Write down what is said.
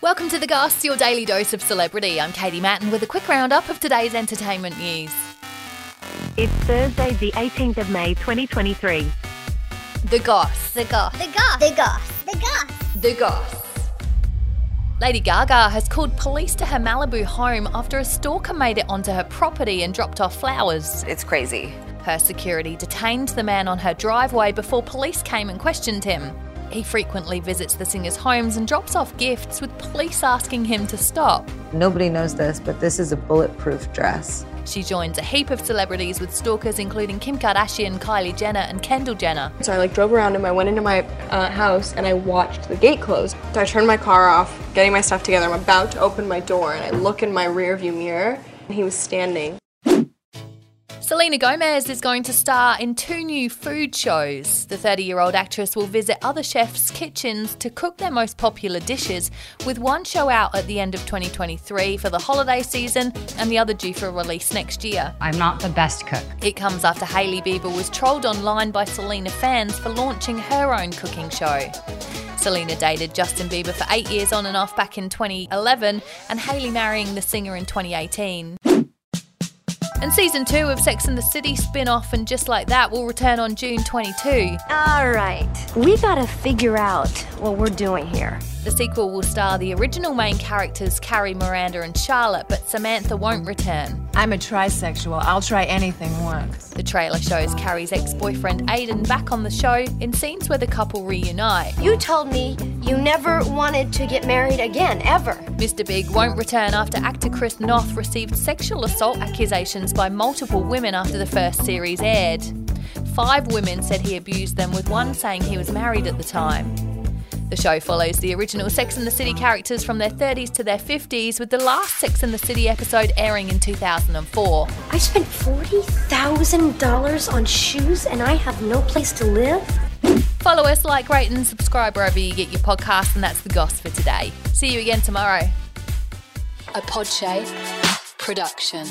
Welcome to The Goss, your daily dose of celebrity. I'm Katie Matten with a quick roundup of today's entertainment news. It's Thursday, the 18th of May, 2023. The Goss. The Goss. The Goss. The Goss. The Goss. The Goss. Lady Gaga has called police to her Malibu home after a stalker made it onto her property and dropped off flowers. It's crazy. Her security detained the man on her driveway before police came and questioned him. He frequently visits the singer's homes and drops off gifts, with police asking him to stop. Nobody knows this, but this is a bulletproof dress. She joins a heap of celebrities with stalkers, including Kim Kardashian, Kylie Jenner, and Kendall Jenner. So I like drove around him. I went into my uh, house and I watched the gate close. So I turned my car off, getting my stuff together. I'm about to open my door and I look in my rearview mirror and he was standing. Selena Gomez is going to star in two new food shows. The 30 year old actress will visit other chefs' kitchens to cook their most popular dishes, with one show out at the end of 2023 for the holiday season and the other due for release next year. I'm not the best cook. It comes after Hailey Bieber was trolled online by Selena fans for launching her own cooking show. Selena dated Justin Bieber for eight years on and off back in 2011, and Hailey marrying the singer in 2018. And season two of Sex and the City spin off and Just Like That will return on June 22. All right, we gotta figure out what we're doing here. The sequel will star the original main characters Carrie, Miranda, and Charlotte, but Samantha won't return. I'm a trisexual, I'll try anything once. The trailer shows Carrie's ex boyfriend Aiden back on the show in scenes where the couple reunite. You told me you never wanted to get married again, ever. Mr. Big won't return after actor Chris Noth received sexual assault accusations by multiple women after the first series aired. Five women said he abused them, with one saying he was married at the time. The show follows the original Sex and the City characters from their 30s to their 50s, with the last Sex and the City episode airing in 2004. I spent $40,000 on shoes and I have no place to live? Follow us, like, rate, and subscribe wherever you get your podcast, and that's the goss for today. See you again tomorrow. A Podshape production.